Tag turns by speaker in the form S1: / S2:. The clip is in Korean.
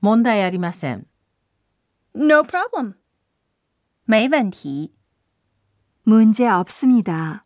S1: 問題ありません。
S2: No problem.
S3: 没问题。
S4: 문제 없습니다.